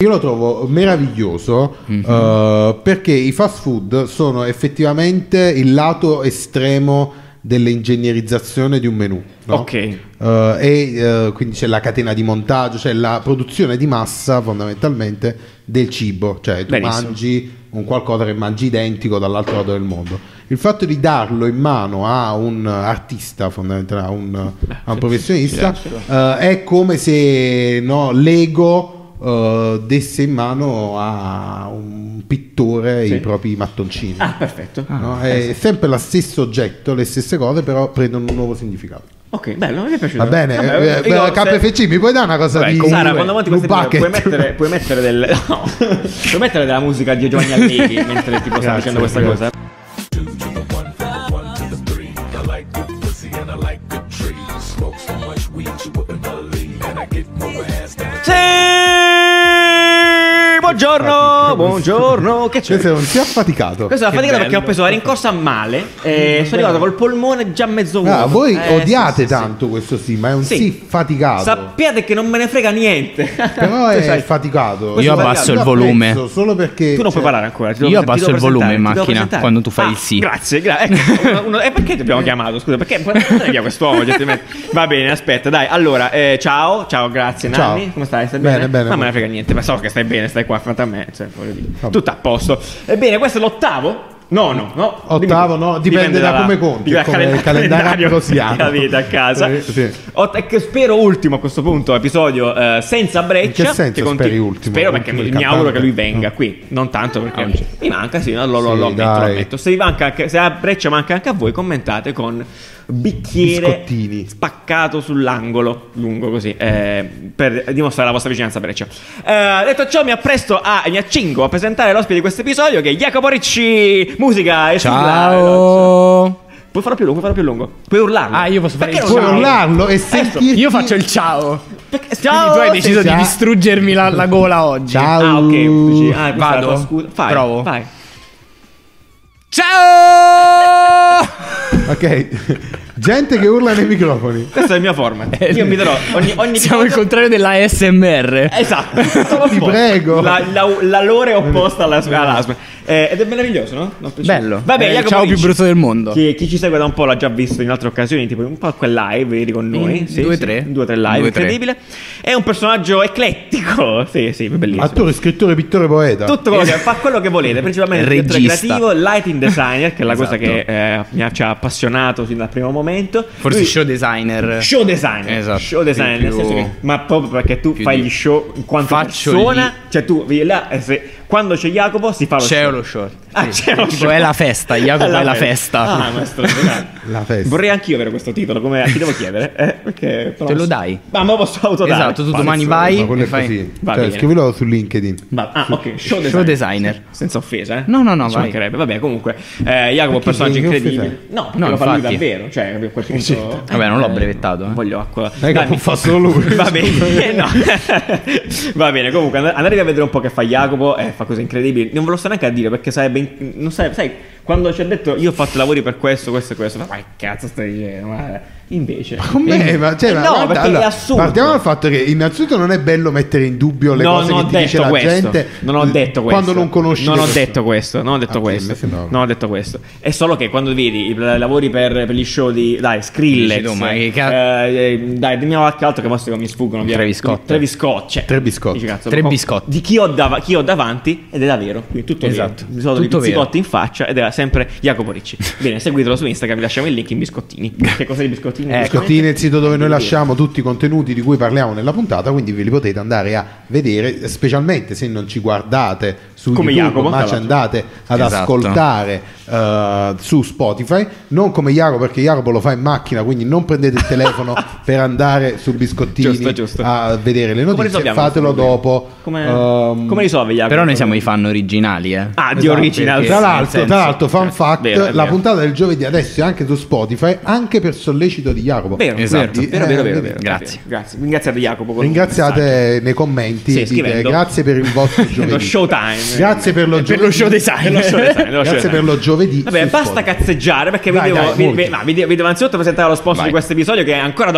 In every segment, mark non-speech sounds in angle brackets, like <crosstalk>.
Io lo trovo meraviglioso Mhm. eh, perché i fast food sono effettivamente il lato estremo dell'ingegnerizzazione di un menù. no? Ok. Eh, e eh, quindi c'è la catena di montaggio, c'è la produzione di massa fondamentalmente del cibo, cioè tu Benissimo. mangi un qualcosa che mangi identico dall'altro lato del mondo. Il fatto di darlo in mano a un artista, fondamentalmente a un, a un professionista, eh, è come se no, l'ego eh, desse in mano a un pittore i propri mattoncini. Ah, perfetto. no? È sempre lo stesso oggetto, le stesse cose, però prendono un nuovo significato. Ok, bello, mi è piaciuto. Va bene, Vabbè, eh, io- eh, KFC, mi puoi dare una cosa Vabbè, di comunque, Sara, quando avanti un queste cose, puoi bucket? mettere, puoi mettere del- <laughs> no, puoi mettere della musica di Giovanni Allegri mentre tipo <laughs> sta Grazie, facendo questa grazie. cosa. Sì! Buongiorno, buongiorno, che c'è? <laughs> Questo non si è affaticato. Questo è la Che fatica bello. perché ho preso la rincorsa a male e sono arrivato col polmone già mezzo vuoto. Mm, Ah, voi Eh, odiate sì, sì, sì. tanto questo sì, ma è un sì, Sì. faticato. Sappiate che non me ne frega niente. Però <laughs> Tu è sai, faticato. Questo Io è abbasso Io il volume. apprezzo Solo perché Tu non puoi cioè, parlare ancora. ti devo- Io ti abbasso devo il volume presentare, in ti devo macchina presentare. quando tu fai Ah, il sì. Grazie, <laughs> grazie. e perché ti abbiamo chiamato? Scusa, perché non abbiamo quest'uomo? gentilmente? Va bene, aspetta, dai. Allora, eh, ciao, ciao, grazie Ciao. Nanni. Come stai? Stai Bene, bene? bene. Ma me ne frega niente, ma so che stai bene, stai qua a fronte a me. Cioè, voglio dire. Vabbè. Tutto a posto. Ebbene, questo è l'ottavo. No, no, no. Ottavo, no, dipende da come conti, <laughs> dipende come dal il calendario ambrosiano. che avete a casa. Eh, sì. Ot- e che spero ultimo a questo punto, episodio eh, senza breccia. In che senso conti- speri ultimo? Spero perché Ultimo mi, il mi auguro che cantante? lui venga qui. Non tanto perché Ah, sì. mi manca, sì, no, lo, lo, Sì, lo ammetto, lo dai. ammetto. Se, vi manca anche- se a breccia manca anche a voi, commentate con bicchiere Biscottini. spaccato sull'angolo, lungo così, eh, per dimostrare la vostra vicinanza a breccia. Eh, detto ciò, mi appresto a, mi accingo a presentare l'ospite di questo episodio che è Jacopo Ricci. Musica e sigla. Ciao. Puoi farlo più lungo, puoi farlo più lungo. Puoi urlarlo. Ah, io posso fare Perché il non Puoi ciao. urli? urlarlo e sentirti Io faccio il ciao. Perché- Quindi Ciao, tu hai sei- deciso di già- distruggermi la, la gola oggi. Ciao. Ah, ok. dici, ah, questa è la Vado? tua scusa. Fai, Provo. Vai. Ciao. Ok. Gente che urla nei microfoni. Questo è il mio format. Io mi darò ogni, ogni Siamo il episodio- contrario della SMR. <laughs> Esatto, sono Ti opposto. prego. La, la, la lore è opposta alla all'asma. Eh, ed è meraviglioso, no? No, piaciuto. Bello. Vabbè, Eh, Jacopo ciao più Ricci, brutto del mondo. Che chi ci segue da un po' l'ha già visto in altre occasioni, tipo un po' quel live, vedi con noi. In due, tre. in due, tre live, Due, tre. incredibile. È un personaggio eclettico. <laughs> Sì, sì, bellissimo. Attore, scrittore, pittore, poeta. Tutto quello che fa quello che volete, principalmente il direttore Regista. creativo, lighting designer, che è la cosa Esatto. che eh, mi ha, ci ha appassionato sin dal primo momento. Forse Lui- show designer. Show designer, Esatto. show designer Più- nel senso che, ma proprio perché tu più fai di- gli show in quanto Faccio persona, cioè tu vieni là e se- quando c'è Jacopo si fa lo C'è show. lo short. Ah, Sì. c'è lo Tipo, show. è <laughs> la festa, Jacopo è la festa. Ah, ma è straordinario. <laughs> La festa. Vorrei anch'io avere questo titolo, come ti devo chiedere? Eh, perché però- Ah, Te lo dai. Ma me lo posso autodare. Esatto, tu Pazzo. domani vai Ma quello e è fai così. Va Cioè, bene. scrivilo su LinkedIn. Va- ah, ok, show designer. Show designer. Sì, Senza offesa, eh? No, no, no, Ci vai. mancherebbe. Vabbè, comunque, eh, Jacopo è un Perché personaggio devi incredibile. offendere? No, perché No, lo fa lui infatti. davvero, cioè, a quel punto... Vabbè, non l'ho Eh, brevettato, eh. Voglio acqua. che Dai, può mi- far solo lui. <laughs> <laughs> Va bene, eh, no. Va bene, comunque, and- andate a vedere un po' che fa Jacopo, eh, fa cose incredibili. Non ve lo sto neanche a dire perché sarebbe... in- non sai, sai, quando ci ha detto io ho fatto lavori per questo, questo e questo, ma che cazzo stai dicendo? Ma- eh, Invece... Com'è? Ma, cioè, Eh ma no, guarda, perché allora, è assurdo. Partiamo dal fatto che innanzitutto non è bello mettere in dubbio le No, cose non che ho ti dice detto la questo. gente Non ho detto questo. quando non conosci Non le ho persone. detto questo. Non ho detto Ah, sì, questo. mi sembrava. non ho detto questo. È solo che quando vedi i i lavori per, per gli show di. Dai, Skrillex. Dici tu, ma che ca- eh, eh, dai, dimmi qualche altro che posso che mi sfuggono via. Travis Scott. Travis Scott, cioè, Travis Scott. dici, cazzo, Travis co- Scott. Di chi ho, dava- chi ho davanti ed è davvero. Quindi tutto Esatto. vero. Mi sono dei Tutto vero. biscotti in faccia ed era sempre Jacopo Ricci. Bene, seguitelo su Instagram, vi lasciamo il link in biscottini. Che cosa di biscottini? Eh, Biscottini è il sito dove noi Quindi- lasciamo tutti i contenuti di cui parliamo nella puntata, quindi ve li potete andare a vedere, specialmente se non ci guardate su Come YouTube, Jacopo, ma tra ci l'altro. andate ad Esatto. ascoltare eh, su Spotify, non come Jacopo perché Jacopo lo fa in macchina, quindi non prendete il <laughs> telefono per andare su Biscottini Giusto, giusto. a vedere le notizie, risolviamo fatelo questo problema? dopo. Come, Ehm, come risolve Jacopo? Però noi siamo i fan originali, eh. Ah, di Esatto, original. Tra nel l'altro, senso- tra l'altro, fan Cioè, fact, vero, la è vero. puntata del giovedì adesso è anche su Spotify, anche per sollecito sito di Jacopo. Vero, Esatto. vero, vero, vero, vero, vero. Grazie. Grazie. Ringraziate Jacopo. con un messaggio. Ringraziate nei commenti, Sì, dite scrivendo. grazie per il vostro giovedì. <laughs> Lo showtime. Grazie per lo Eh, giovedì. Per lo show <laughs> design. Per lo show design, per lo show Grazie design. per lo giovedì. Vabbè, su basta Spotify. cazzeggiare perché Dai, vi, devo, dai, vi- molto. vi- no, vi de- vi devo anzitutto presentare lo sponsor Vai. di questo episodio che è ancora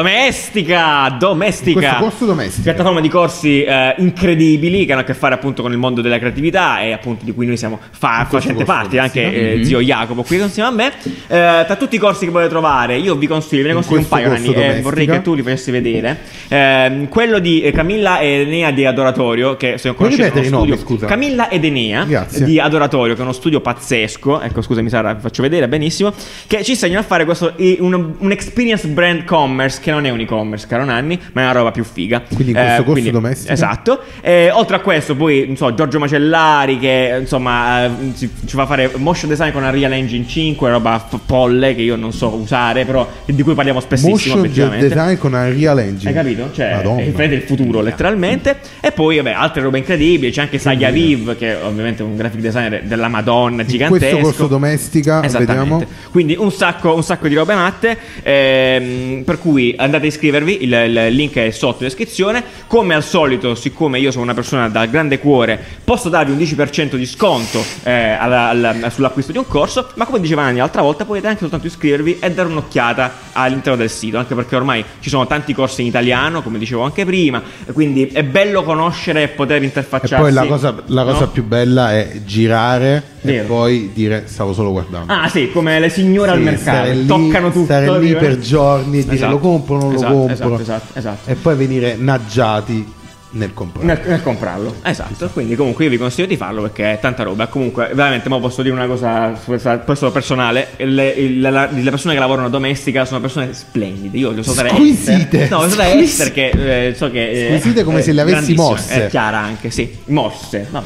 domestica. Domestica. Questo corso domestico. Piattaforma di corsi eh, incredibili che hanno a che fare appunto con il mondo della creatività e appunto di cui noi siamo fa- facente corso parte, anche domestico. eh, Mhm. zio Jacopo qui insieme a me. Eh, tra tutti i corsi che potete trovare, io vi consiglio, ve ne In consiglio un questo paio corso anni, eh, domestica. vorrei che tu li facessi vedere. Ehm, quello di eh, Camilla e Enea di Adoratorio, che se non Puoi conoscete ripetere è uno i nomi, studio- scusa? Camilla ed Enea Grazie. di Adoratorio, che è uno studio pazzesco. Ecco, scusami, Sara, vi faccio vedere benissimo. Che ci insegnano a fare questo eh, un, un experience brand commerce, che non è un e-commerce, caro Nanni, ma è una roba più figa. Quindi in questo corso domestico? Eh, Esatto. Eh, oltre a questo, poi, non so, Giorgio Macellari, che eh, insomma eh, ci, ci fa fare motion design con Unreal Engine 5, roba f- folle che io non so usare, però di cui parliamo spessissimo. Motion effettivamente. design con Unreal Engine. Hai capito? Cioè, Madonna. è veramente il futuro, letteralmente. E poi, vabbè, altre robe incredibili. C'è anche Saga Viv, che è ovviamente è un graphic designer della Madonna, In gigantesco. Questo corso domestica, Esattamente. vediamo. Quindi un sacco, un sacco di robe matte. ehm, per cui andate a iscrivervi, il, il link è sotto in descrizione. Come al solito, siccome io sono una persona dal grande cuore, posso darvi un 10% di sconto eh, alla- alla- sull'acquisto di un corso. Ma come diceva Anni l'altra volta, potete anche soltanto iscrivervi e dare un'occhiata all'interno del sito, anche perché ormai ci sono tanti corsi in italiano, come dicevo anche prima. Quindi è bello conoscere e poter E interfacciarsi. poi la cosa, la cosa Cioè, no? più bella è girare Vero. e poi dire stavo solo guardando. Ah sì, come le signore al Sì, mercato, stare lì- toccano tutto. Stare lì tipo, eh. per giorni e dire Esatto, lo compro o non esatto, lo compro. Esatto, esatto, esatto. E poi venire naggiati nel comprare. Nel, nel comprarlo, esatto. Quindi, comunque, io vi consiglio di farlo perché è tanta roba. Comunque, veramente, mo posso dire una cosa su questa- questo personale: le, il- la- le persone che lavorano a domestica sono persone splendide. Io lo so da Squisite. Esther. No, lo so da Squis- Esther che eh, so che. eh, Squisite come eh, se le avessi grandissima. mosse. È chiara anche, sì, mosse. No,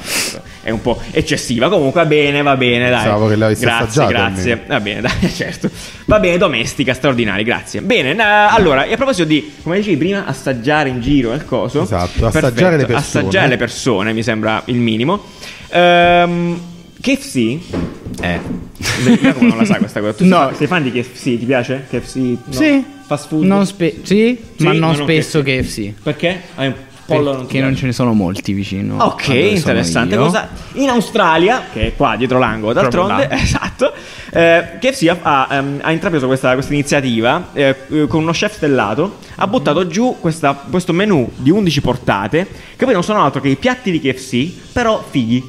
è un po' eccessiva. Comunque, va bene, va bene, dai. Pensavo che le avessi grazie, assaggiate grazie. almeno. Va bene, dai, <laughs> certo. Va bene, domestica, straordinaria, grazie. Bene, na- allora, e a proposito di, come dicevi prima, assaggiare in giro il coso. Esatto, assaggiare le persone. Assaggiare le persone, mi sembra il minimo. Ehm, KFC? Eh. Giacomo non la sa questa cosa. Tu No. sei, sei fan di KFC? Ti piace? KFC? No. Sì. Fast food? Non spe- sì, Sì, ma non, ma non spesso KFC. KFC. Perché? Hai un pollo non ti Perché non piace? ce ne sono molti vicino. a Ok, dove sono interessante. io. Cosa... In Australia, che è qua dietro l'angolo Proprio d'altronde, <laughs> là. esatto, eh, KFC ha, ha, ehm, ha intrapreso questa, questa iniziativa eh, eh, con uno chef stellato, Mm-hmm. ha buttato giù questa- questo menu di 11 portate, che poi non sono altro che i piatti di KFC, però fighi.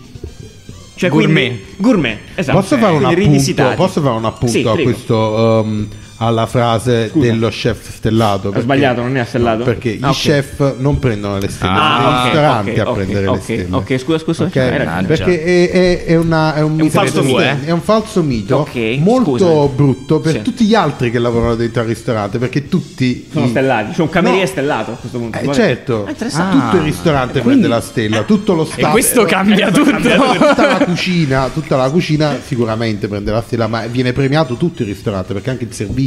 Cioè, Gourmet. quindi- gourmet, esatto. Posso fare, un Quindi appunto, rivisitati. posso fare un appunto Sì, a prego. questo, ehm, alla frase Scusa. dello chef stellato? Ho sbagliato, non è stellato? Perché Ah, i ok. chef non prendono le stelle, Ah, sono i ok, ristoranti ok, a ok, prendere ok, le stelle. ok, scusa, scusa, Ok? hai ragione. Perché è, è- è una- è un, mito falso mito, esistente, eh. è un falso mito Ok, molto scusami. brutto per Sì. tutti gli altri che lavorano dentro al ristorante, perché tutti... Sono i- stellati. C'è un cameriere Mm. No. stellato a questo punto. Eh, Vabbè. certo, Ah, interessante. tutto il ristorante prende la stella, tutto lo E staff questo cambia tutto. tutta la cucina, tutta la cucina sicuramente prende la stella, ma viene premiato tutto il ristorante perché anche il servizio.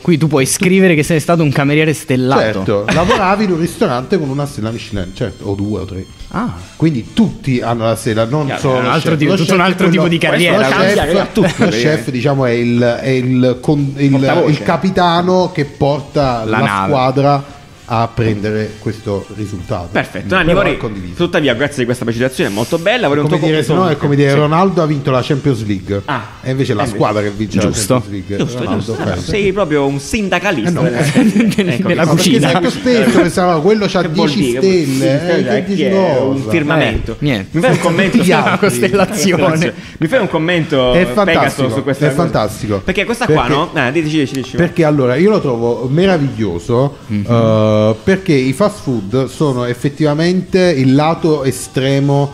Qui tu puoi scrivere che sei stato un cameriere stellato. Certo, lavoravi in un ristorante con una stella Michelin, certo, o due o tre. Ah. Quindi tutti hanno la stella, non Chiaro, solo è un lo altro chef. tipo- Lo tutto chef un è altro tipo di carriera. Lo Cambia, chef, cambia tutto, lo praticamente. chef, diciamo, è il, è il con- il- Portavoce. il capitano che porta La la, nave. squadra a prendere questo risultato. Perfetto, Mm. Però Nanni, è vorrei- condiviso. tuttavia, grazie di questa precisazione, è molto bella. Vorrei come un tuo dire, se no è commento. come dire Sì. Ronaldo ha vinto la Champions League Ah. e invece è la Eh, squadra che vince Giusto. la Champions League Giusto, Ronaldo giusto. perde. Sei proprio un sindacalista. Eh no, della- Ecco, <laughs> nella Ma che- perché cucina. sento spesso pensavo quello c'ha Che vuol 10 dire? stelle eh, Stella, che chi dici è? un cosa? firmamento. Eh, niente. Mi fai un commento Tutti gli Una altri. costellazione. Mi fai un commento È Pegaso, fantastico, su questa è cosa? fantastico. Perché questa qua, Perché- no? Eh, dici, dici, dici. Perché allora io lo trovo meraviglioso Mhm. eh, perché i fast food sono effettivamente il lato estremo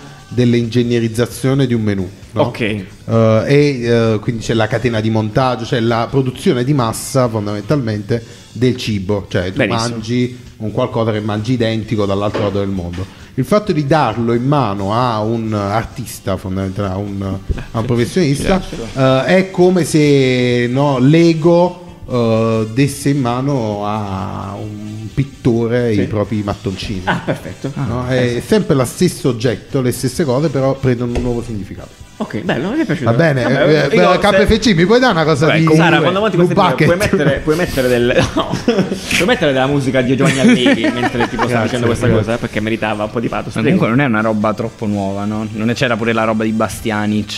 dell'ingegnerizzazione di un menù. no? Ok. Eh, e eh, quindi c'è la catena di montaggio, c'è la produzione di massa fondamentalmente del cibo, cioè tu Benissimo. mangi un qualcosa che mangi identico dall'altro lato del mondo. Il fatto di darlo in mano a un artista, fondamentalmente a un, a un professionista, eh, è come se no, l'ego eh, desse in mano a un pittore Sì. i propri mattoncini. Ah, perfetto. no? È sempre lo stesso oggetto, le stesse cose, però prendono un nuovo significato. Ok, bello, mi è piaciuto. Va bene, eh, eh, io- KFC, mi puoi dare una cosa Vabbè, di Sara, quando avanti queste un cose, puoi bucket? mettere, puoi mettere del no, <laughs> puoi mettere della musica di Giovanni Allegri mentre tipo sta Grazie, facendo questa grazie. cosa eh, perché meritava un po' di pato. Ma comunque non è una roba troppo nuova, no? Non è- c'era pure la roba di Bastianic.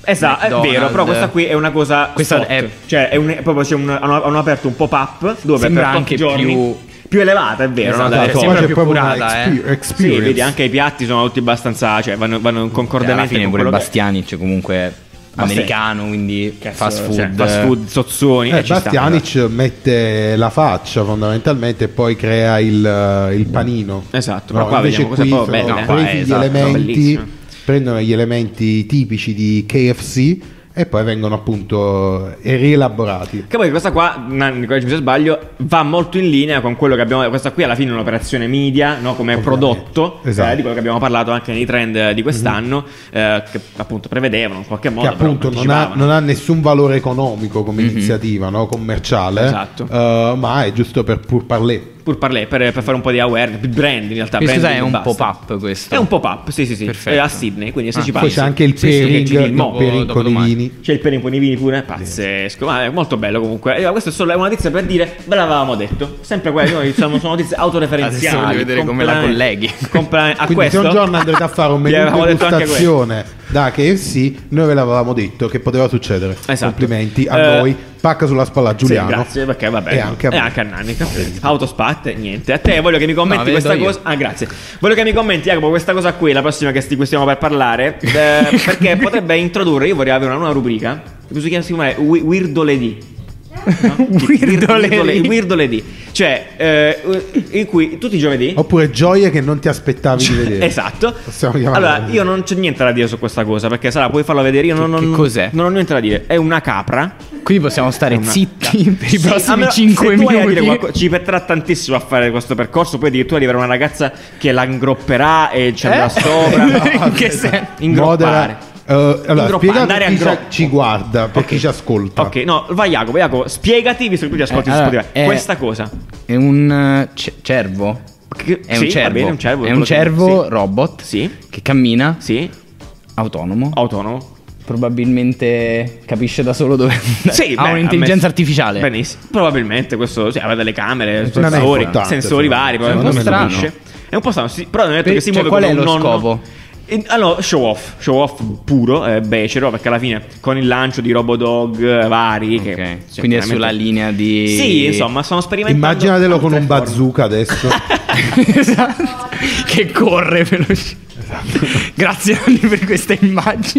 Esatto, è McDonald's. Cioè, vero, però questa qui è una cosa Questa spot. è- cioè è un, è proprio c'è un- hanno, hanno aperto un pop-up dove Sembra per tot anche giorni- più- più elevata, è vero, Esatto, no? Dai, è Esatto, sì. qua sembra c'è più proprio una curata, eh. exper- Sì, experience. vedi, anche i piatti sono tutti abbastanza, cioè vanno, vanno in Cioè, alla concordemente fine con pure quello che- Bastianic comunque Ma americano, quindi Cazzo, fast food. cioè, fast food, sozzoni, Eh, eh, ci sta, Bastianic mette la faccia fondamentalmente e poi crea il, eh, il panino. Esatto, No, però qua invece vediamo cose qui un po' sono belle, eh. presi Eh, gli esatto, elementi, bellissime. prendono gli elementi tipici di KFC e poi vengono appunto eh, rielaborati. Che poi questa qua, Nanni, correggimi se sbaglio, va molto in linea con quello che abbiamo. Questa qui alla fine è un'operazione media, no? come Ovviamente. prodotto, Esatto. Mhm. eh, di quello che abbiamo parlato anche nei trend eh, di quest'anno, eh, che appunto prevedevano in qualche Che modo. però appunto non ha, anticipavano. non ha nessun valore economico come iniziativa no? commerciale, Mhm. Esatto. eh, ma è giusto per pur parler. Pur parlè, per, per fare un po' di awareness, brand in realtà. Mi brand scusa, è e un basta. pop-up questo. È <laughs> un pop-up, sì, sì, sì. Perfetto. È a Sydney, quindi se Ah, ci Poi passi. c'è anche il Sì, sì, che pairing, giri il dopo- pairing dopo con i domani. vini. C'è il perin con i vini pure, pazzesco, ma è molto bello comunque. Eh, questo è solo è una notizia per dire, ve l'avevamo detto. Sempre quelle, noi diciamo, sono notizie autoreferenziali. Adesso voglio vedere come la completamente- colleghi. completamente- a Quindi questo se un giorno andrete a fare un <laughs> Gli menù avevamo di detto anche questo. degustazione da KFC, noi ve l'avevamo detto che poteva succedere. Esatto. Complimenti a Eh, noi, pacca sulla spalla a Giuliano. Sì, grazie, perché vabbè. E anche a, e me. anche a Nanni. Autospat, niente. A te voglio che mi commenti No, vedo questa io. cosa. Ah, grazie. Voglio che mi commenti, Jacopo, questa cosa qui, la prossima che sti- di cui stiamo per parlare. eh, <laughs> perché potrebbe introdurre, io vorrei avere una nuova rubrica. Che si chiama, si chiama Wi- <laughs> Wirdoledì. No? Wirdoledì. Wirdole- Wirdoledì. Cioè, eh, in cui tutti i giovedì. Oppure gioie che non ti aspettavi <laughs> di vedere. Esatto. Oh, Possiamo chiamarla Allora, così. io non c'ho niente da dire su questa cosa, perché Sara puoi farlo vedere, io non, Che- non- che cos'è? non ho niente da dire. È una capra. Quindi possiamo stare Una- <laughs> zitti per i Sì, a prossimi meno- 5 se tu hai a dire minuti. qualco- ci metterà tantissimo a fare questo percorso. Poi addirittura arriverà una ragazza che la ingropperà e ci andrà Eh? <laughs> sopra. In che senso? Modera- Ingroppare. eh, allora, Ingroppa- spiegate andare per a chi ci, groppo. ci guarda, per Ok. chi ci ascolta. Ok, no, vai Jacopo, Jacopo, spiegati, visto che tu ti ascolti Eh, su allora, Spotify, eh, questa cosa. È un eh, ce- cervo. Che- È sì, un va cervo. bene, un cervo, È quello un che- cervo sì. robot Sì. che cammina Sì, autonomo. autonomo. Probabilmente capisce da solo dove andare. Sì, ha beh, ammesso- un'intelligenza artificiale. Benissimo. Probabilmente questo sì, avrà delle camere, Non è sensori, importante, sensori secondo vari, me. Secondo probabilmente me lo capisce. È un po' strano, sì, però hanno detto Per- che si cioè, muove qual come è un lo nonno. scopo? E- allora, show off, show off puro, eh, becero, perché alla fine con il lancio di Robodog eh, vari che- cioè, Ok, Quindi è veramente- sulla linea di. Sì, insomma, sono sperimentando Immaginatelo con altre un forme. bazooka adesso. <laughs> Esatto. che corre veloce. Esatto. Grazie Anni per questa immagine.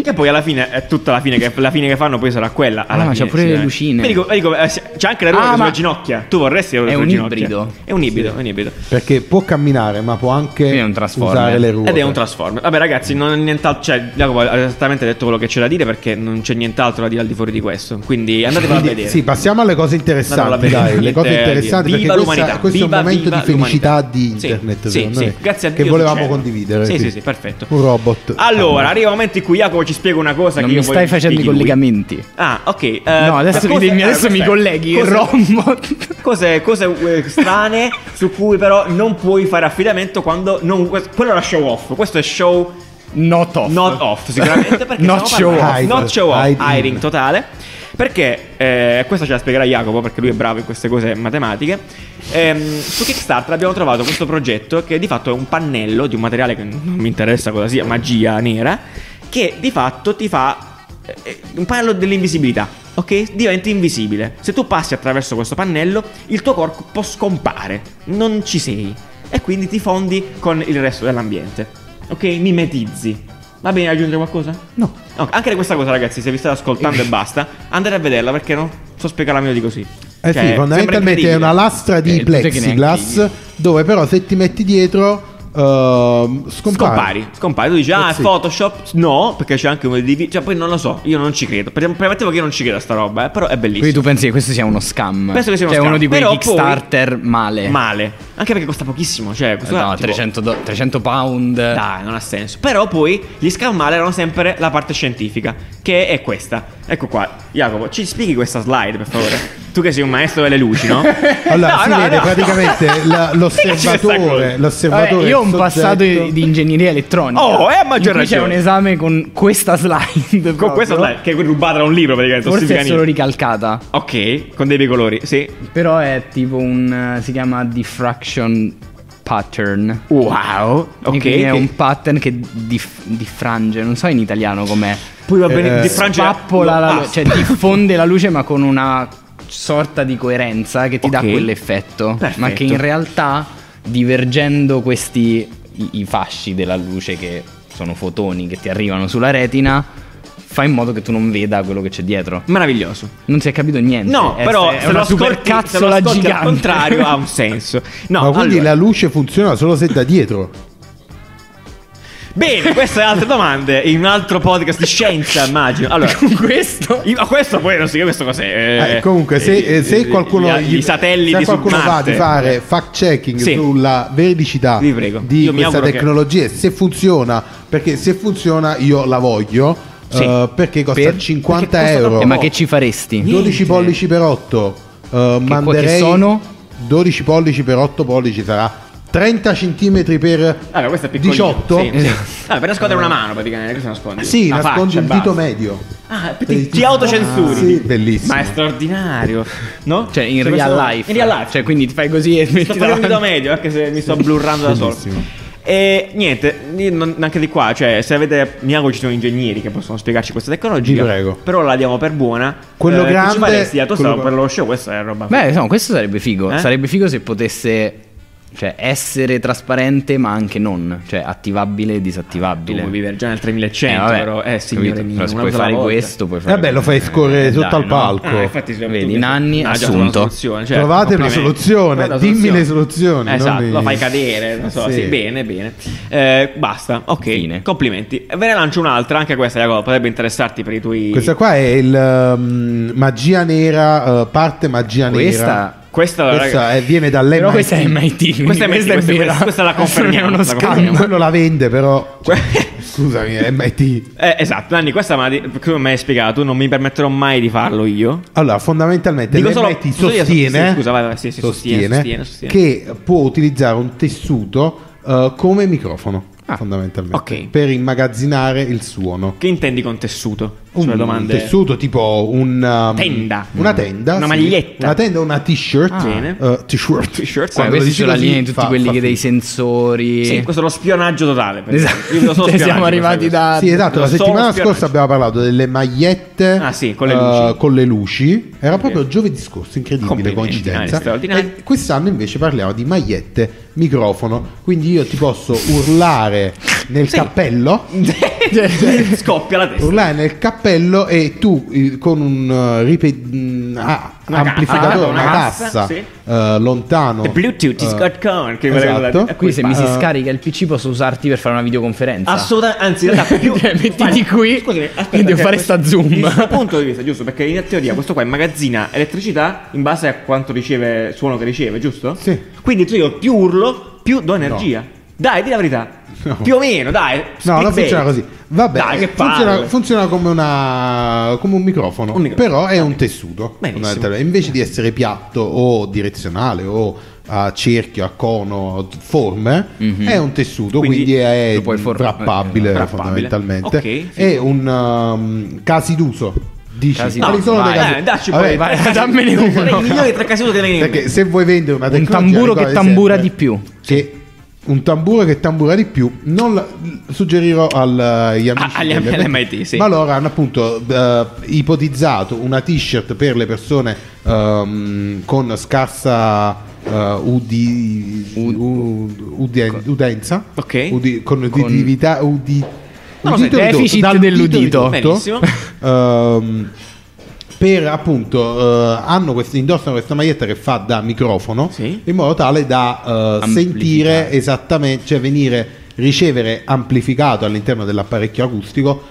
<laughs> Che poi alla fine è tutta la fine che, la fine che fanno, poi sarà quella. alla Ah, ma fine, c'ha pure le sicuramente. lucine. Mi dico- mi dico, eh, sì, c'è anche la ruota Ah, sulle ma- ginocchia. Tu vorresti la ruota È sulle un ginocchia. ibrido. È un ibrido, è un ibrido. perché può camminare, ma può anche Quindi è un Transformer. usare le ruote. Ed è un Transformer. Vabbè, ragazzi, non è nient'altro. Cioè, Jacopo ha esattamente detto quello che c'è da dire perché non c'è nient'altro da dire al di fuori di questo. Quindi andatevelo a Quindi, vedere. sì, passiamo alle cose No, no, interessanti, vabbè, dai, le niente cose da dire. interessanti Viva perché questa- l'umanità, questo è un viva, momento viva di felicità l'umanità. di Sì, internet, sì, secondo sì, me, grazie a che Dio volevamo succede. condividere. Sì, sì, quindi. sì, perfetto. Un robot. Allora, arriva un momento in cui Jacopo ci spiega una cosa Non che mi io stai voglio che facendo i spieghi lui. collegamenti. Ah, ok. eh, No, adesso, cose- mi, dimmi- eh, adesso mi aspetta. colleghi. Cose- Robot. <laughs> Cose, cose, eh, strane su cui però non puoi fare affidamento quando. Non, quello era show off. Questo è show Not off. Not off, sicuramente <laughs> perché Not stiamo show parlando- off. Not show off, Hide in. hiring totale. Perché eh, questo ce la spiegherà Jacopo perché lui è bravo in queste cose matematiche. Ehm, su Kickstarter abbiamo trovato questo progetto che di fatto è un pannello di un materiale che non mi interessa cosa sia, magia nera, che di fatto ti fa eh, un pannello dell'invisibilità. Ok? Diventi invisibile. Se tu passi attraverso questo pannello, il tuo corpo scompare, non ci sei e quindi ti fondi con il resto dell'ambiente. Ok? Mimetizzi. Va bene aggiungere qualcosa? No. anche questa cosa, ragazzi, se vi state ascoltando e basta, andate a vederla perché non so spiegarla meglio di così. Eh Cioè, sì, fondamentalmente è sembra una lastra di Eh, tu sai che neanche plexiglass io. dove però se ti metti dietro ehm, scompari. Scompari, scompari, tu dici ah è sì. Photoshop, no perché c'è anche un DVD, cioè poi non lo so, io non ci credo, Pre- premettevo che io non ci credo a sta roba, eh, però è bellissimo. Quindi tu pensi che questo sia uno scam? Penso che sia uno cioè scam, uno di quei però poi- Kickstarter male. Eh, Male. Anche perché costa pochissimo, cioè costa No, tipo- 300, do- 300 pound. Dai, non ha senso. Però poi gli scammali erano sempre la parte scientifica, che è questa. Ecco qua, Jacopo, ci spieghi questa slide, per favore. tu che sei un maestro delle luci, no? Eh, Allora, No, si no, vede no. <laughs> praticamente la- Spiegaci questa l'osservatore, cosa. l'osservatore. Vabbè, il io ho un passato soggetto- di, di ingegneria elettronica. Oh, eh, a maggior in cui C'è ragione. un esame con questa slide. Con questa slide, che è rubata da un libro praticamente. non Forse è significa solo niente. ricalcata. Ok, con dei bei colori, sì. Però è tipo un. eh, si chiama diffraction pattern. Wow, E ok. quindi che- è un pattern che dif- diffrange, non so in italiano com'è. Poi va bene, eh, di Francia. Spappola la Ah, lu- cioè diffonde la luce ma con una sorta di coerenza che ti Ok. dà quell'effetto. Ma Perfetto. che in realtà divergendo questi i, i fasci della luce che sono fotoni che ti arrivano sulla retina fa in modo che tu non veda quello che c'è dietro. Meraviglioso. Non si è capito niente. No, È- però è se una lo ascolti- se lo supercazzola ascolti gigante. al contrario ah, <laughs> ha un senso. No, Ma quindi allora- la luce funziona solo se da dietro. Bene, queste e altre domande in un altro podcast di scienza, immagino. Allora, <laughs> con questo io- ma questo poi non si capisce questo cos'è. Eh, comunque, se, eh, se qualcuno, I satelliti se su qualcuno va Marte. Eh. di fare fact checking Sì. sulla veridicità Vi prego. di Io mi questa auguro che- tecnologia, e se funziona, perché se funziona io la voglio, Sì. eh, perché costa Per- 50 perché costa euro, troppo. Eh, ma che ci faresti? Niente. 12 pollici per 8, manderei che sono? 12 pollici per 8 pollici sarà 30 centimetri per Allora, questa è piccolina. 18. Sì, sì. Allora, per nascondere una mano praticamente, cosa nascondi? eh. Sì, La nascondi faccia, il dito basta. medio. Ah, Sì, ti, ti sì. autocensuri. Ah, sì, bellissimo. Ma è straordinario, no? Cioè, in Se real questo- life. In real life. Cioè, quindi ti fai così e metti Sto facendo un davanti. <laughs> video medio, anche se mi sto blurrando da solo. Bellissimo. E niente, io non- anche di qua, cioè, se avete, mi auguro ci sono ingegneri che possono spiegarci questa tecnologia. Vi prego. Però la diamo per buona. Quello che ci grande- faresti? Ah, tu quello stavo gra- per lo show, questa è roba. Beh, no, questo sarebbe figo. Eh? Sarebbe figo se potesse. Cioè, essere trasparente, ma anche non. Cioè, attivabile e tu disattivabile. vuoi vivere già nel 3100, vabbè, però, eh, capito? signore mio, Però se una puoi sola fare volta. questo, puoi fare. Vabbè, lo fai scorrere Eh, sotto dai, al no? palco. Ah, infatti, se- Vedi, tu- Nanni, Ah, già, assunto. sono una soluzione, cioè, Trovate una complimenti. soluzione, Trovate una dimmi soluzione. le soluzioni, Esatto, non i- lo fai cadere, non so, Sì. sì, bene, bene. Eh, basta, ok, Fine. complimenti. Ve ne lancio un'altra, anche questa, Jacopo, potrebbe interessarti per i tuoi... Questa qua è il um, magia nera, uh, parte magia nera. Questa. Questa, raga- Questa è- viene Però dall'MIT. questa è MIT. quindi Questa è MIT, questa- vera. questa- questa la confermiamo, Non è la uno Ah, confermiamo. scambio. quello la vende <laughs> però. Que- Scusami, è MIT. Eh, esatto, Nanni, questa me la- come mi hai spiegato, non mi permetterò mai di farlo io. Allora, fondamentalmente Dico l'MIT solo- solo io- sostiene, sì, scusa, vai, vai, sì, sì, sostiene, sostiene, sostiene. che può utilizzare un tessuto uh, come microfono, fondamentalmente, Ah, ok. per immagazzinare il suono. Che intendi con tessuto? Un Sulle domande. tessuto tipo un, um, Tenda. una tenda, Una sì. maglietta. una tenda, una t-shirt, Ah. Bene. Uh, t-shirt, Quando T-shirt. Poi lo questi dici sono la così, linea di tutti fa- quelli fa che dei finta. sensori. Sì, questo è lo spionaggio totale. per esempio. Io lo so Esatto. <laughs> Cioè, spionaggio, siamo arrivati questa da. Sì, esatto. La Lo so, settimana spionaggio. scorsa abbiamo parlato delle magliette Ah, sì, con le eh, luci. con le luci. Era proprio Ok. giovedì scorso, incredibile Complimenti, coincidenza. eh, straordinario. E quest'anno invece parliamo di magliette microfono. Quindi io ti posso urlare nel Sì. cappello. Cioè, Scoppia la testa. Urlare nel cappello e tu eh, con un eh, ripe- mh, ah, Una ca- amplificatore, ah, una una cassa, cassa, sì. eh, lontano. The Bluetooth is eh, got corn, che quella- esatto. quella- Qui se mi si Eh. scarica il PC posso usarti per fare una videoconferenza. Assolutamente, anzi, in <laughs> realtà più Cioè, mettiti Fai- qui Scusami, e aspetta, devo cioè, fare questo- sta zoom. Il suo punto di vista, giusto? Perché in teoria questo qua immagazzina elettricità in base a quanto riceve, suono che riceve, giusto? Sì. Quindi tu io più urlo, più do energia. Dai, di la verità. No. Più o meno, dai. No, speak non funziona bene. così. Vabbè, Dai, che funziona, palle. funziona come, una, come un, microfono, Un microfono. però è un tessuto. Benissimo. fondamentalmente. Invece di essere piatto o direzionale o a cerchio, a cono, forme, è un tessuto, quindi, Mhm. Quindi è lo puoi for- frappabile, Frappabile. fondamentalmente. Ok, figo. è un um, casi d'uso. Dici, Casi quali d'uso. sono No, dei casi- Eh, dacci Vabbè, poi. vai, tre casi- <laughs> dammene uno. Tre milioni tre casi che te ne viene in Perché mente. se vuoi vendere una Un tecnologia tamburo che ricordati tambura sempre di più. che un tamburo che tambura di più non la- suggerirò al- agli amici Ah, agli delle- all'MIT, sì. ma loro hanno appunto eh, ipotizzato una t-shirt per le persone ehm, con scarsa eh, udi- u- udien- udenza Ok. udi- con Con- uditività udi- Non lo so, udito ridotto, deficit dal udito dell'udito. ridotto, Benissimo. <laughs> ehm, per appunto eh, hanno quest- indossano questa maglietta che fa da microfono Sì. in modo tale da eh, sentire esattamente, cioè venire ricevere amplificato all'interno dell'apparecchio acustico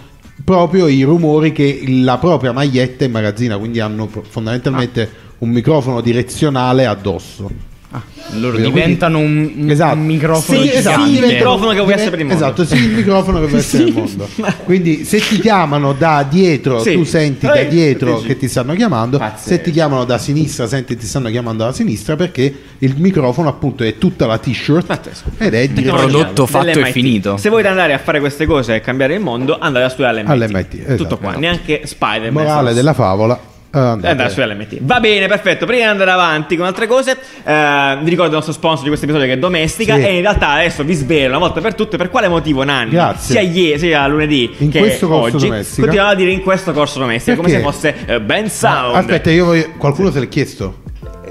proprio i rumori che la propria maglietta immagazzina, quindi hanno pro- fondamentalmente un microfono direzionale addosso. Ah, Loro Quindi- diventano un, un Esatto. microfono Sì, esatto. gigante. sì, il microfono che vuoi essere per il mondo. Esatto, sì, il microfono che vuoi <laughs> essere il mondo. Quindi se ti chiamano da dietro, Sì. tu senti da Ehi, dietro dici. che ti stanno chiamando. Pazzesco. Se ti chiamano da sinistra, senti che ti stanno chiamando da sinistra perché il microfono appunto è tutta la t-shirt Pazzesco. ed è Il diretto prodotto fatto Delle e MIT. finito. Se volete andare a fare queste cose e cambiare il mondo, andate a studiare all'MIT. all'MIT. Tutto esatto. qua, neanche Spider-Man. Morale Sono- della favola. eh, Eh, andare su LMT. Va bene, perfetto. Prima di andare avanti con altre cose, eh, vi ricordo il nostro sponsor di questo episodio che è Domestica. Sì. E in realtà adesso vi svelo una volta per tutte per quale motivo Nanni, Grazie. sia ieri, sia lunedì, In che questo corso oggi, Domestica. continuava a dire in questo corso domestico Perché? come se fosse eh, ben sound. Aspetta, io voglio... qualcuno se l'è chiesto.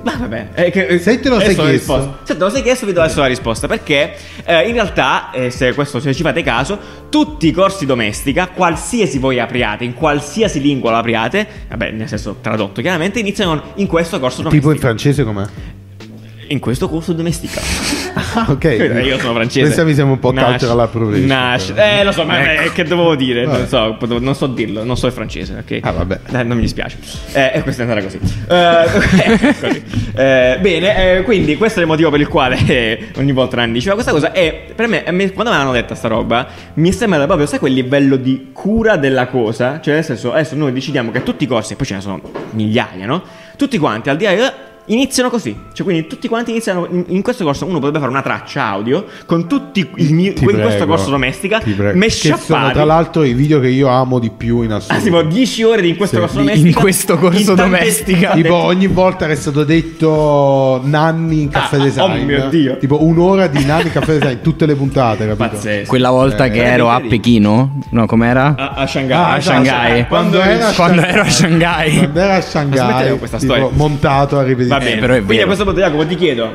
Ma vabbè, eh, che- Se te lo adesso sei la chiesto. risposta. Se te lo sei chiesto, vi do adesso la risposta. Perché eh, in realtà, eh, se, questo, se ci fate caso, tutti i corsi domestica, qualsiasi voi apriate, in qualsiasi lingua lo apriate, vabbè, nel senso tradotto chiaramente, iniziano con- in questo corso domestico. Tipo in francese com'è? In questo corso domestica. <laughs> ok. Io sono francese. Questa mi sembra un po' Nasce- cultural appropriation, nasce- però. Ecco. Eh, lo so, ma eh, che dovevo dire? Vabbè. Non so, potevo- non so dirlo, non so il francese, ok? Ah, vabbè. Eh, non mi dispiace. Eh, e questa è andata così. Eh, <laughs> così. Eh, bene, eh, quindi questo è il motivo per il quale <laughs> eh, ogni volta Nanni diceva questa cosa. E per me, eh, mi- quando me l'hanno detta sta roba, mi è sembrata proprio, sai, quel livello di cura della cosa. Cioè, nel senso, adesso noi decidiamo che tutti i corsi, e poi ce ne sono migliaia, no? Tutti quanti, al di là di- Iniziano così, cioè quindi tutti quanti iniziano in, in questo corso uno potrebbe fare una traccia audio con tutti i miei, Ti in questo prego, corso domestica ti prego. Che sono tra mesciappati l'altro i video che io amo di più in assoluto. Massimo 10 ore di in questo Sì. corso In domestica questo corso tante- domestica. tante- Tipo ogni volta che è stato detto Nanni in caffè Ah, design. oh mio Dio. Tipo un'ora di Nanni in caffè design, tutte le puntate, capito? Pazzesco. Quella volta Eh, che eh, ero a incredibile. Pechino, no, com'era? a, a Shanghai Ah, a esatto, Shanghai. Quando, era a Quando Shanghai. ero a Shanghai. Quando era a Smettere Shanghai, con questa tipo, storia. montato a Va ripetizione. bene, Eh, però è quindi vero. a questo punto Jacopo ti <laughs> chiedo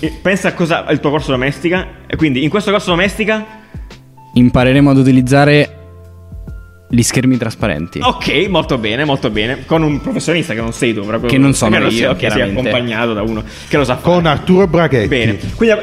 eh, pensa a cosa al tuo corso domestica e quindi in questo corso domestica Impareremo ad utilizzare gli schermi trasparenti. Oh, ok molto bene molto bene con un professionista che non sei tu proprio Che non sono che lo io, sei- che sei chiaramente. accompagnato da uno che lo sa fare Con Arturo Brachetti. Bene, quindi <laughs> ah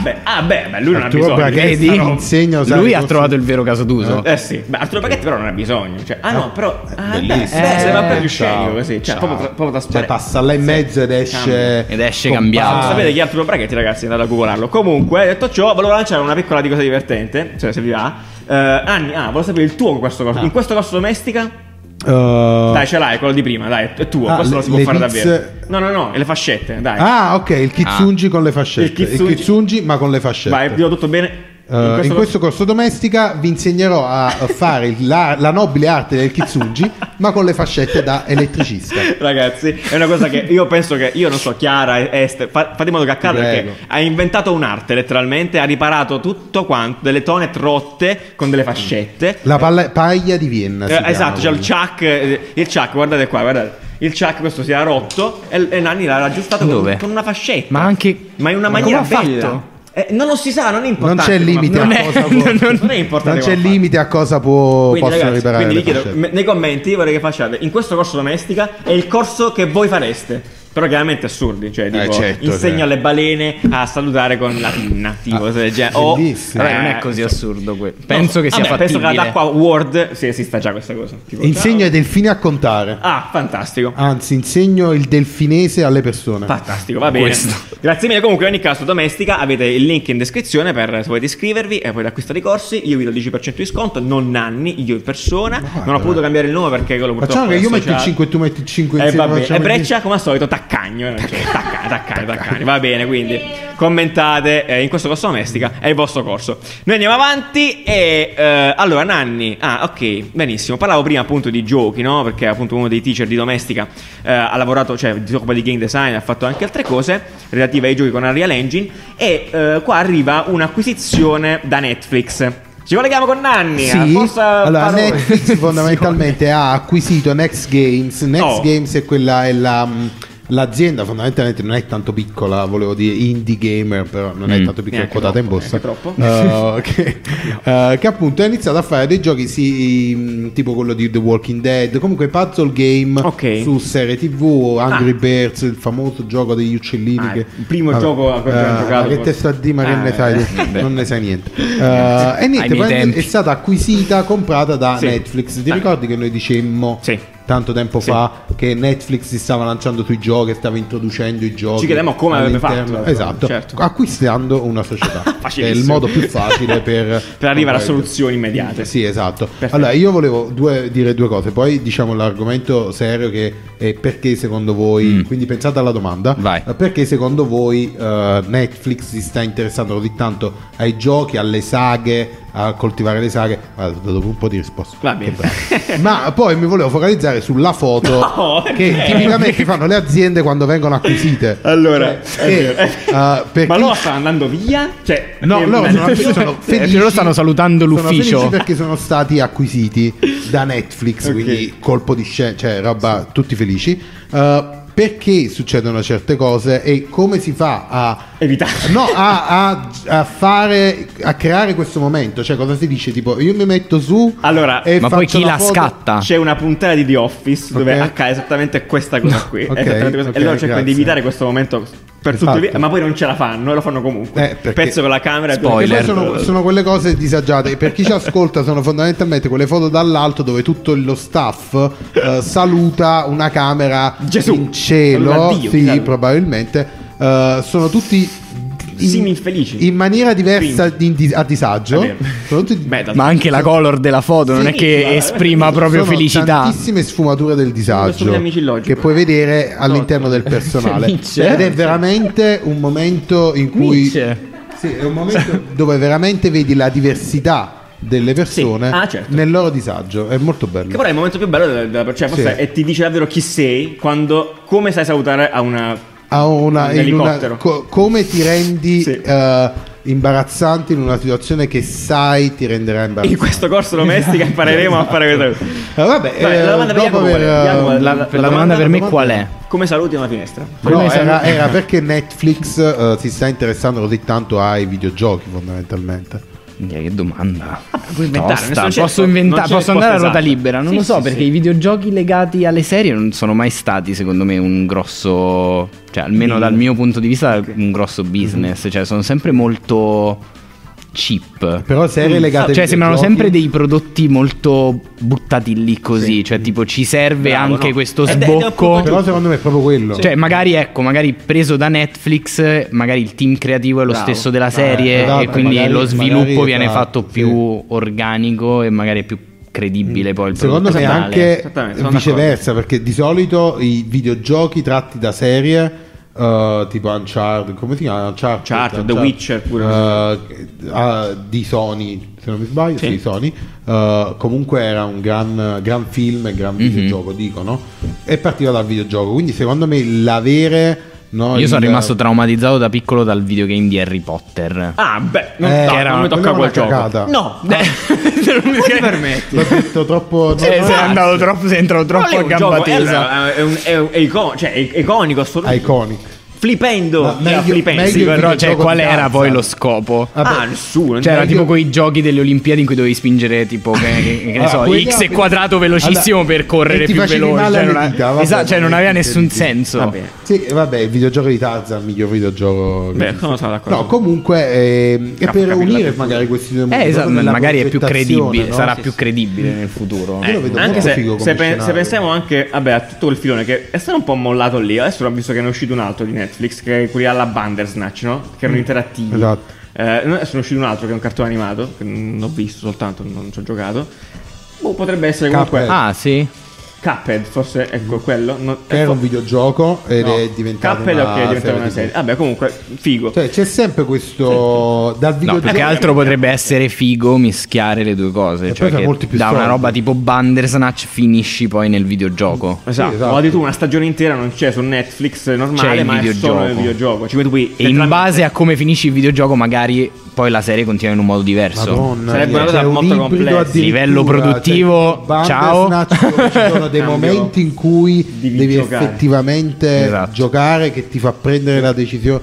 beh, ah, beh, beh, lui non ha Arturo bisogno. di Brachetti. questa roba. insegna a usare Lui i ha costi- trovato il vero caso d'uso. Eh sì, beh, Arturo Paghetti però non ha bisogno. Cioè, ah no, però. Ah, beh, eh, Bellissimo. beh, se va per Eh, il scenico ciao, così. Cioè, ciao. proprio, tra- proprio Cioè, traspare- passa là in mezzo ed esce. Ed esce con- cambiato. Ah, Sapete chi è Arturo Brachetti, ragazzi? Andate a googolarlo. Comunque, detto ciò, volevo lanciare una piccola di cosa divertente. Cioè, se vi va. Eh, Anni, ah, volevo sapere il tuo con questo Ah. corso. In questo corso domestica? eh, Dai, ce l'hai, quello di prima, dai, è tuo. Ah, questo lo le- si può le fare pizze- davvero. No, no, no, e le fascette, dai. Ah, ok, il kitsungi con le fascette. Il Il kitsungi- kitsungi, ma con le fascette. Vai, dico tutto bene. certo. Eh, in questo corso domestica vi insegnerò a <laughs> fare la, la nobile arte del kitsungi, ma con le fascette <laughs> da elettricista. Ragazzi, è una cosa che io penso che io non so, Chiara, e- Esther, fa- fate in modo che accada perché Prego. ha inventato un'arte letteralmente, ha riparato tutto quanto, delle tone rotte con delle fascette. La palla- paglia di Vienna. si Eh, chiama esatto, c'è il quella. chuck, eh, il chuck, guardate qua, guardate. Il chuck questo si era rotto e, e Nanni l'ha aggiustato con, Dove? con una fascetta. Ma anche- Ma in una ma maniera come ha bella. fatto? Eh, non lo si sa, non è Non importante. c'è come- limite non a è- <laughs> cosa può- non- non è importante. non c'è come ha fatto. limite a cosa può, Quindi, possono ragazzi, riparare quindi le vi chiedo fascette. me- nei commenti io vorrei che facciate in questo corso domestica è il corso che voi fareste. Però chiaramente assurdi, cioè tipo certo, insegno cioè. alle balene a salutare con la pinna, tipo Ah, se- cioè, o- bellissimo. Vabbè, non eh, è così insomma. assurdo quello. Penso che sia Vabbè, fattibile. Penso che ad Acqua Word sì, esista già questa cosa. Tipo, Insegno ai ciao. delfini a contare. Ah, fantastico. Anzi, insegno il delfinese alle persone. Fantastico, va bene. Questo. Grazie mille. Comunque, in ogni caso, domestica avete il link in descrizione per se volete iscrivervi e poi acquistare i corsi. Io vi do il 10% di sconto, non Nanni, io in persona. non ho guarda. potuto cambiare il nome perché quello purtroppo Facciamo che è io metto il associato. 5 e tu metti il 5 Eh, insieme. vabbè, facciamo e il- Breccia come al solito taccagno, cioè, tacca- taccagno, taccagno. va bene quindi Eh. commentate eh, in questo corso domestica è il vostro corso noi andiamo avanti e eh, allora Nanni ah ok benissimo parlavo prima appunto di giochi no perché appunto uno dei teacher di domestica eh, ha lavorato cioè si occupa di game design ha fatto anche altre cose relative ai giochi con Unreal Engine e eh, qua arriva un'acquisizione da Netflix ci colleghiamo con Nanni Sì, a forza allora parole. <laughs> Netflix fondamentalmente ha acquisito Next Games. Next Oh. Games è quella è la, mh, l'azienda fondamentalmente non è tanto piccola, volevo dire indie gamer, però non è Mm. tanto piccola, è Neanche quotata in troppo, borsa. neanche Eh, che, eh, che appunto ha iniziato a fare dei giochi sì, mh, tipo quello di The Walking Dead, comunque puzzle game Ok. su serie TV, Angry Ah. Birds, il famoso gioco degli uccellini Ah, che il primo gioco a cui abbiamo eh, giocato, Che forse. te sta di ma che Ah, ne sai? vabbè. Non ne sai niente. Eh, e niente, Ai miei praticamente tempi. è stata acquisita, comprata da Sì. Netflix. Ti Ah. ricordi che noi dicemmo Sì. tanto tempo Sì. fa che Netflix si stava lanciando sui giochi, stava introducendo i giochi. Ci chiediamo come avrebbe all'interno- fatto, Esatto, certo. acquistando una <laughs> società. che è il Facilissimo. modo più facile per, Per arrivare a comprare- soluzioni immediate. Sì, esatto. Perfetto. Allora, io volevo due- dire due cose, poi diciamo l'argomento serio che è perché secondo voi, Mm. quindi pensate alla domanda, Vai. eh, perché secondo voi eh, Netflix si sta interessando così tanto ai giochi, alle saghe, a coltivare le saghe? Guarda, dopo un po' di risposta. Va bene. Che <laughs> bello. Ma poi mi volevo focalizzare sulla foto No, che perché? tipicamente fanno le aziende quando vengono acquisite. Allora, Cioè, che, eh, per ma chi- loro stanno andando via? Cioè, No, eh, loro sono, sono felici. loro stanno salutando Sono l'ufficio. felici perché sono stati acquisiti da Netflix, Ok. quindi colpo di scena, cioè roba, tutti felici. Uh, perché succedono certe cose e come si fa a. evitare. No, a, a- a fare a creare questo momento, cioè cosa si dice? Tipo, io mi metto su Allora, e Ah, Ma poi faccio chi una la foto- scatta? C'è una puntata di The Office dove Ok. accade esattamente questa cosa qui. ok, Esattamente questa- ok, e loro cercano di grazie. evitare questo momento per tutto Esatto. il vi- ma poi non ce la fanno e lo fanno comunque. Eh, perché- Pezzo con la camera e poi- Perché poi Spoiler. sono, sono quelle cose disagiate. Per chi ci ascolta, sono fondamentalmente quelle foto dall'alto dove tutto lo staff eh, saluta una camera Gesù. in cielo. Saluta Dio, diciamo. sì, chi saluta? probabilmente. Eh, sono tutti in, Simili felici. in maniera diversa di- di- a È disagio. vero. Sono tutti- Metal. Ma anche la color della foto non Sì, è che guarda, esprima proprio sono felicità. tantissime sfumature del Sono disagio gli amici illogici. che puoi vedere all'interno Otto. <laughs> del personale. Nietzsche. Ed è veramente un momento in cui Nietzsche. Sì, è un momento dove veramente vedi la diversità delle persone Sì. Ah, certo. nel loro disagio. È molto bello. Che però è il momento più bello della, della- cioè, forse Sì. e ti dice davvero chi sei quando come sai salutare a una Ha una- Un in una- elicottero. co- come ti rendi Sì. eh, imbarazzante in una situazione che sai ti renderà in imbarazzante. questo corso domestica Esatto. impareremo a fare questa cosa. Eh, vabbè, Vai, eh, la domanda per dopo Jacopo aver, qual è? Jacopo, eh, La, La- la la domanda per me domanda- qual è? Come saluti una finestra? No, Come era, sai- era perché Netflix eh, si sta interessando così tanto ai videogiochi fondamentalmente. Minchia, Che domanda. puoi inventare, Tosta. nessuno c'è- posso non inventare, c'è risposta posso andare a ruota esatta. libera. Non Sì, lo so sì, perché sì. i videogiochi legati alle serie non sono mai stati, secondo me, un grosso. Cioè, almeno Mm. dal mio punto di vista, un grosso Mm-hmm. business. Cioè, sono sempre molto cheap. Però serie legate ai Cioè, sembrano videogiochi- sempre dei prodotti molto buttati lì così. Cioè, tipo, ci serve Bravo, anche no. Eh, questo Ed è- ed è un sbocco. punto Però secondo me è proprio quello. Cioè, magari ecco, magari preso da Netflix, magari il team creativo è lo Bravo. stesso della serie esatto, e quindi magari- lo sviluppo magari, viene esatto, fatto sì. più organico e magari più credibile poi il Secondo prodotto me finale. anche Esattamente, sono viceversa, perché di solito i videogiochi tratti da serie eh, tipo Uncharted, come si chiama? Uncharted, Uncharted, The Witcher pure. eh, ah, di Sony, se non mi sbaglio, Sì. sì, Sony. Eh, comunque era un gran, gran film e gran Mhm. videogioco, dicono. E partiva dal videogioco, quindi secondo me l'avere no, Io il- sono rimasto traumatizzato da piccolo dal videogame di Harry Potter. Ah, beh, non, Eh, no, era- non mi tocca quella quel è una gioco. cagata. No, no. <laughs> non mi permetti. L'ho detto troppo <laughs> no, no, Eh, sei no, Esatto. andato troppo, sei entrato troppo a gamba tesa. Eh, È, un- è, un- è icon- cioè, è iconico, assolutamente. iconic. Flipendo. Ecco. Ma cioè, meglio- flipensi, meglio- guarda. Però, cioè, videogioco qual di era danza. poi lo scopo? Vabbè. Ah, nessuno. Cioè, era meglio- tipo quei giochi delle Olimpiadi in cui dovevi spingere tipo che, che- che ne so, Allora, quella- x quadrato velocissimo Allora, per correre e ti più facevi veloce. male Cioè, alle non ha- dita, vabbè, esatto, cioè, non vabbè, aveva che nessun dici. senso. Eh, Va bene. Sì, vabbè, il videogioco di Tarzan, miglior videogioco. Beh, sono stato d'accordo. No, comunque, ehm, è Cap- per Ah, capire la unire cultura. magari questi due mondi. Eh, esatto, proprio nella magari è più progettazione, credibile, no? sarà Sì, Eh, più credibile nel futuro. Io lo vedo Eh, anche molto se, figo come se, pen- scenario. se pensiamo anche vabbè, a tutto quel filone che è stato un po' mollato lì, adesso ho visto che ne è uscito un altro di Netflix, che è quelli alla Bandersnatch, no? Che erano interattivi. Esatto. Eh, adesso ne è uscito un altro che è un cartone animato, che non ho visto soltanto, non ci ho giocato. Boh, potrebbe essere comunque Cuphead. Mm. Ah, sì? Cuphead, forse ecco quello. no- Che era ecco- un videogioco ed no, è diventato Cuphead, una, ok, è diventata una TV. serie. Vabbè, comunque, figo. Cioè, c'è sempre questo. Dal No, videogioco. più che altro potrebbe essere figo mischiare le due cose. E Cioè, poi fa che molti più da una soldi. roba tipo Bandersnatch finisci poi nel videogioco. Esatto, Sì, esatto. ho detto una stagione intera non c'è su Netflix normale, C'è il ma è solo videogioco. nel videogioco. Ci metti qui E in base a come finisci il videogioco, magari poi la serie continua in un modo diverso. Madonna, Sarebbe una mia, cosa c'è un molto ibrido complessa. addirittura, Livello produttivo, cioè, ciao. Bandersnatch, Ci sono dei <laughs> Cambio. momenti in cui Devi devi giocare. effettivamente Esatto. giocare che ti fa prendere la decisione.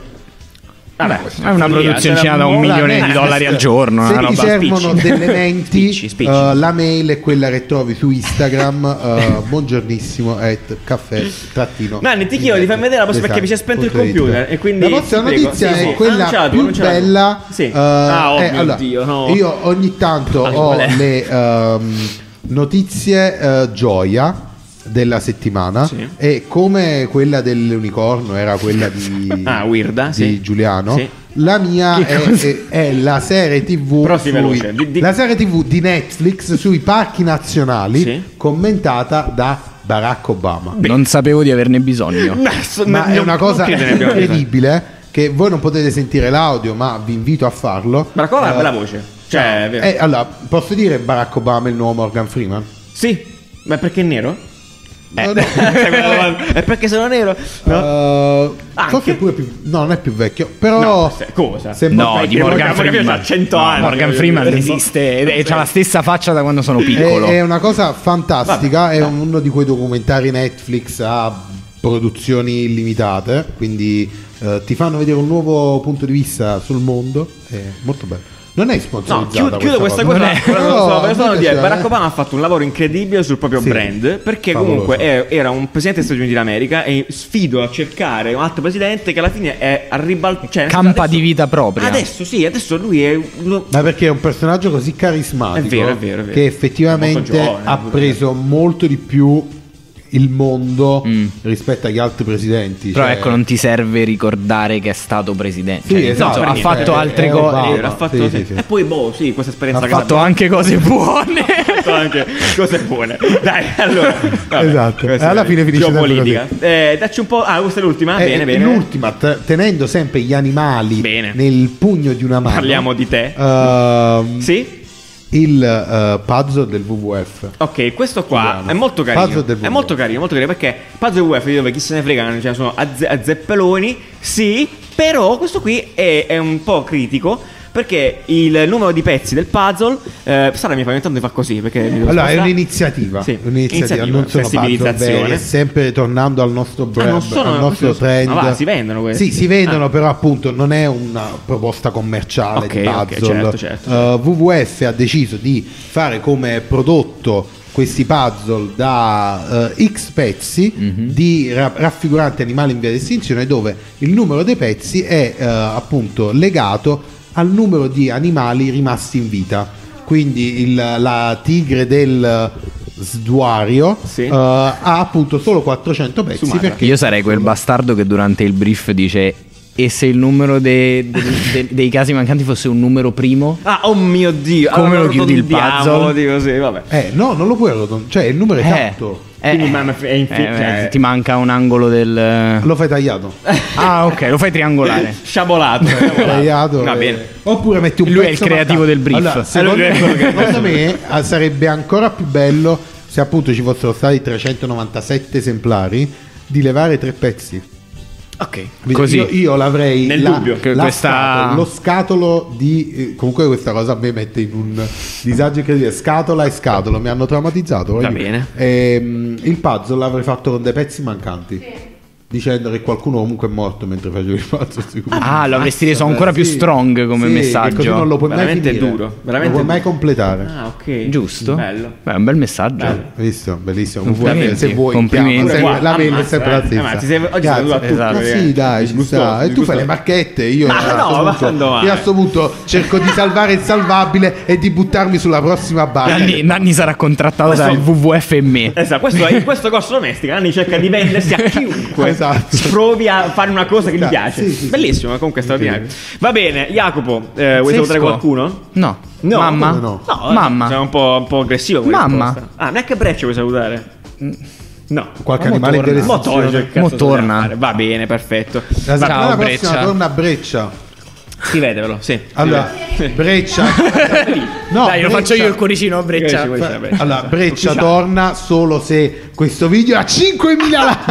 Vabbè, È una produzioncina da un Ora, milione Netflix, di dollari al giorno. Se una ti roba- servono spicci. delle <laughs> menti, Spicci, spicci. eh, la mail è quella che trovi su Instagram. <laughs> eh, buongiornissimo at caffè trattino. Esatto, Nanni, ti chiedo di farmi vedere la prossima perché mi si è spento il computer, e quindi la prossima ti prego, notizia sì, è sì. Ah, quella Annunciato, più annunciato. bella. Sì. eh, Ah, oh eh, mio Dio, no. Io <laughs> ogni tanto Ah, ho qual è? le ehm, notizie eh, gioia. della settimana Sì. e come quella dell'unicorno era quella di, <laughs> Ah, Weirda, di sì. Giuliano Sì. la mia Che è, cosa- è- è la serie tv Però sì, sui- veloce, di- di- la serie tv di Netflix sui parchi nazionali Sì. commentata da Barack Obama Non sapevo di averne bisogno. Ma, so- ma non- è una non cosa credo ne abbiamo bisogno. incredibile eh, che voi non potete sentire l'audio ma vi invito a farlo Ma la cosa ha una Eh, bella voce. Cioè, è vero. eh, allora, posso dire Barack Obama è il nuovo Morgan Freeman? Sì, ma perché è <laughs> nero? No, no. Cioè, quella domanda- è perché sono nero? <laughs> No. Eh, Anche? forse pure più no, non è più vecchio, però No, se- cosa? sembra No, vecchio. di Morgan, Freeman. c'ha 100 No, anni. Morgan Freeman Tipo- esiste ed è- ha la stessa faccia da quando sono È, piccolo. è una cosa fantastica, è uno di quei documentari Netflix a produzioni limitate, quindi eh, ti fanno vedere un nuovo punto di vista sul mondo, è molto bello. Non è No, sponsorizzata chiudo, chiudo questa cosa. cosa. però non so, però sono mi di- piaceva, Barack eh. Obama ha fatto un lavoro incredibile sul proprio Sì, brand. Perché favoloso. comunque è- era un presidente degli Stati Uniti d'America. E sfido a cercare un altro presidente che alla fine è a ribaltare. Cioè, nel senso, Campa adesso- di vita propria. Adesso sì, adesso lui è. uno- Ma perché è un personaggio così carismatico È vero, è vero, è vero. che Molto effettivamente giovane, ha pure. preso molto di più il mondo Mm. rispetto agli altri presidenti. Però cioè- ecco, non ti serve ricordare che è stato presidente. Sì, Cioè, nel esatto. senso, No, ha per fatto niente. altre Eh, cose. Obama. Vero, ha fatto Sì, sì, sì. E poi, boh, sì, questa esperienza Ha Ha che fatto l'abbiamo- anche cose buone. Ha fatto anche cose buone. Dai, allora. vabbè, Esatto. questa Alla è fine finisce sempre geopolitica. Eh, dacci un po'. Ah, questa è l'ultima. Eh, bene, eh, bene. L'ultima, te- tenendo sempre gli animali Bene. nel pugno di una mano. Parliamo di te. ehm, Sì? Il eh, puzzle del WWF. Ok, questo qua Giuliano. è molto carino. Puzzle del È molto WWF. carino, molto carino perché Puzzle WF dove chi se ne frega, cioè sono a, ze- a zeppeloni, sì, però questo qui è, è un po' critico perché il numero di pezzi del puzzle eh, Sara mi fa ogni tanto di far così perché mi devo Allora, è spostare. un'iniziativa, Sì, un'iniziativa, non sono puzzle sensibilizzazione. Ah, veri, è sempre tornando al nostro brand, non sono- al nostro non sono- trend. ma va, si vendono questi? Sì, si vendono, Ah. però appunto non è una proposta commerciale di Ok, ok, puzzle. certo, certo, Eh, WWF ha deciso di fare come prodotto questi puzzle da eh, X pezzi di ra- raffiguranti animali in via di estinzione dove il numero dei pezzi è eh, appunto legato al numero di animali rimasti in vita. Quindi il- la tigre del sduario Sì. eh, ha appunto solo 400 pezzi Sumatra. perché <laughs> Io sarei quel bastardo che durante il brief dice: E se il numero de- de- de- dei casi mancanti fosse un numero primo? Ah, oh mio dio, Come lo chiudi il arrotondiamo, puzzle? dico sì, vabbè. Eh, no, non lo puoi arrotondare, cioè il numero esatto. Quindi, ma- è infi- eh, cioè- ti manca un angolo del. Lo fai tagliato. Ah, ok, lo fai Eh. triangolare. <laughs> Sciabolato, Cioè, sciabolato. tagliato Va e- bene. Oppure metti un Lui è pezzo il creativo mancato. del brief. Allora, secondo, Eh, lui è- secondo <laughs> me ah, sarebbe ancora più bello se appunto ci fossero stati 397 esemplari di levare tre pezzi. Ok. Quindi Così. Io, io l'avrei Nel la- dubbio. Che la questa- scatola- lo scatolo di eh, comunque questa cosa a me mette in un disagio incredibile scatola e scatolo mi hanno traumatizzato voglio Va dire. bene. Ehm, il puzzle l'avrei fatto con dei pezzi mancanti dicendo che qualcuno comunque è morto mentre facevo il puzzle sicuro. Ah, lo avresti reso Vabbè, ancora più sì. strong come Sì, che messaggio. così non lo puoi Veramente mai finire. duro, non veramente puoi duro. mai completare Ah, ok. Giusto? Bello. Beh, è un bel messaggio. Bello. Visto, bellissimo. Complimenti, Comunque, se vuoi, complimenti. chiama, sempre- Guarda, la mail è ammazza, sempre la eh, stessa. ammazza, sei- oggi sei Grazie. dura a tutti, Esatto. eh. Ma sì, dai, ci Disgustoso, sta. E tu fai disgustoso. le marchette. Io, Ma a no, eh. sto ma punto- quando mai? io a questo punto cerco di salvare il salvabile e di buttarmi sulla prossima barra. Nanni, Nanni sarà contrattato Questo- dal WWF e me. Esatto, questo, in questo corso domestico Nanni cerca di <laughs> vendersi a chiunque Esatto. provi a fare una cosa che gli Esatto, piace. sì, sì, sì. Bellissimo, comunque straordinario. Va bene, Jacopo, eh, vuoi Pazzesco. salutare qualcuno? No. No, Mamma? come no? No, diciamo- Mamma. Sei un po', un po' aggressivo come Mamma. risposta. Ah, neanche Breccia vuoi salutare? No. Qualche Ma mo animale torna. Mm. delle Mo torna, che cazzo Mo dobbiamo torna. fare? Va bene, perfetto. La settimana Ciao, prossima Breccia. torna a Breccia. Scrivetevelo, sì. Allora, <laughs> Breccia. No, Dai, lo Breccia- faccio io il cuoricino a Breccia. breccia. Breccia, Breccia. Allora, Breccia torna solo se questo video ha 5.000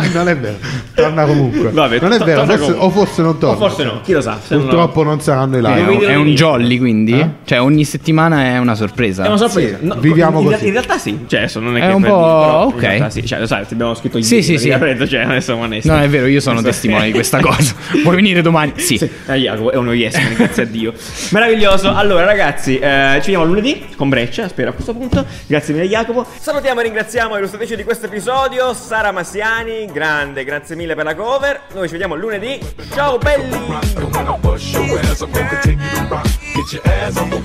like. Non è vero, torna comunque. Vabbè, non è to- vero, torna forse- comunque. o forse non torna. O forse no, chi lo sa. se non lo- Purtroppo non saranno i È live. un, è un jolly quindi? Eh? Cioè ogni settimana è una sorpresa. È una sorpresa. Sì, viviamo in, così. In realtà sì, Esatto. cioè adesso non è, È che un per- po' però in ok. realtà sì, cioè lo sai, ti abbiamo scritto Sì, ieri, sì, sì. praticamente, cioè adesso siamo onesti. No, è vero, io sono Sì. testimone <laughs> di questa cosa. Vuoi venire domani? Sì. Sì. Ah, Jacopo è uno yes, man, grazie a Dio. Meraviglioso. Allora, ragazzi, eh, ci vediamo lunedì con Breccia. Spero a questo punto. Grazie mille, Jacopo. Salutiamo e ringraziamo il statrici di questo episodio, Sara Masiani. Grande, grazie mille per la cover. Noi ci vediamo lunedì. Ciao, belli. rock. And when I bust your ass, I'm gonna continue to rock. Get your ass on the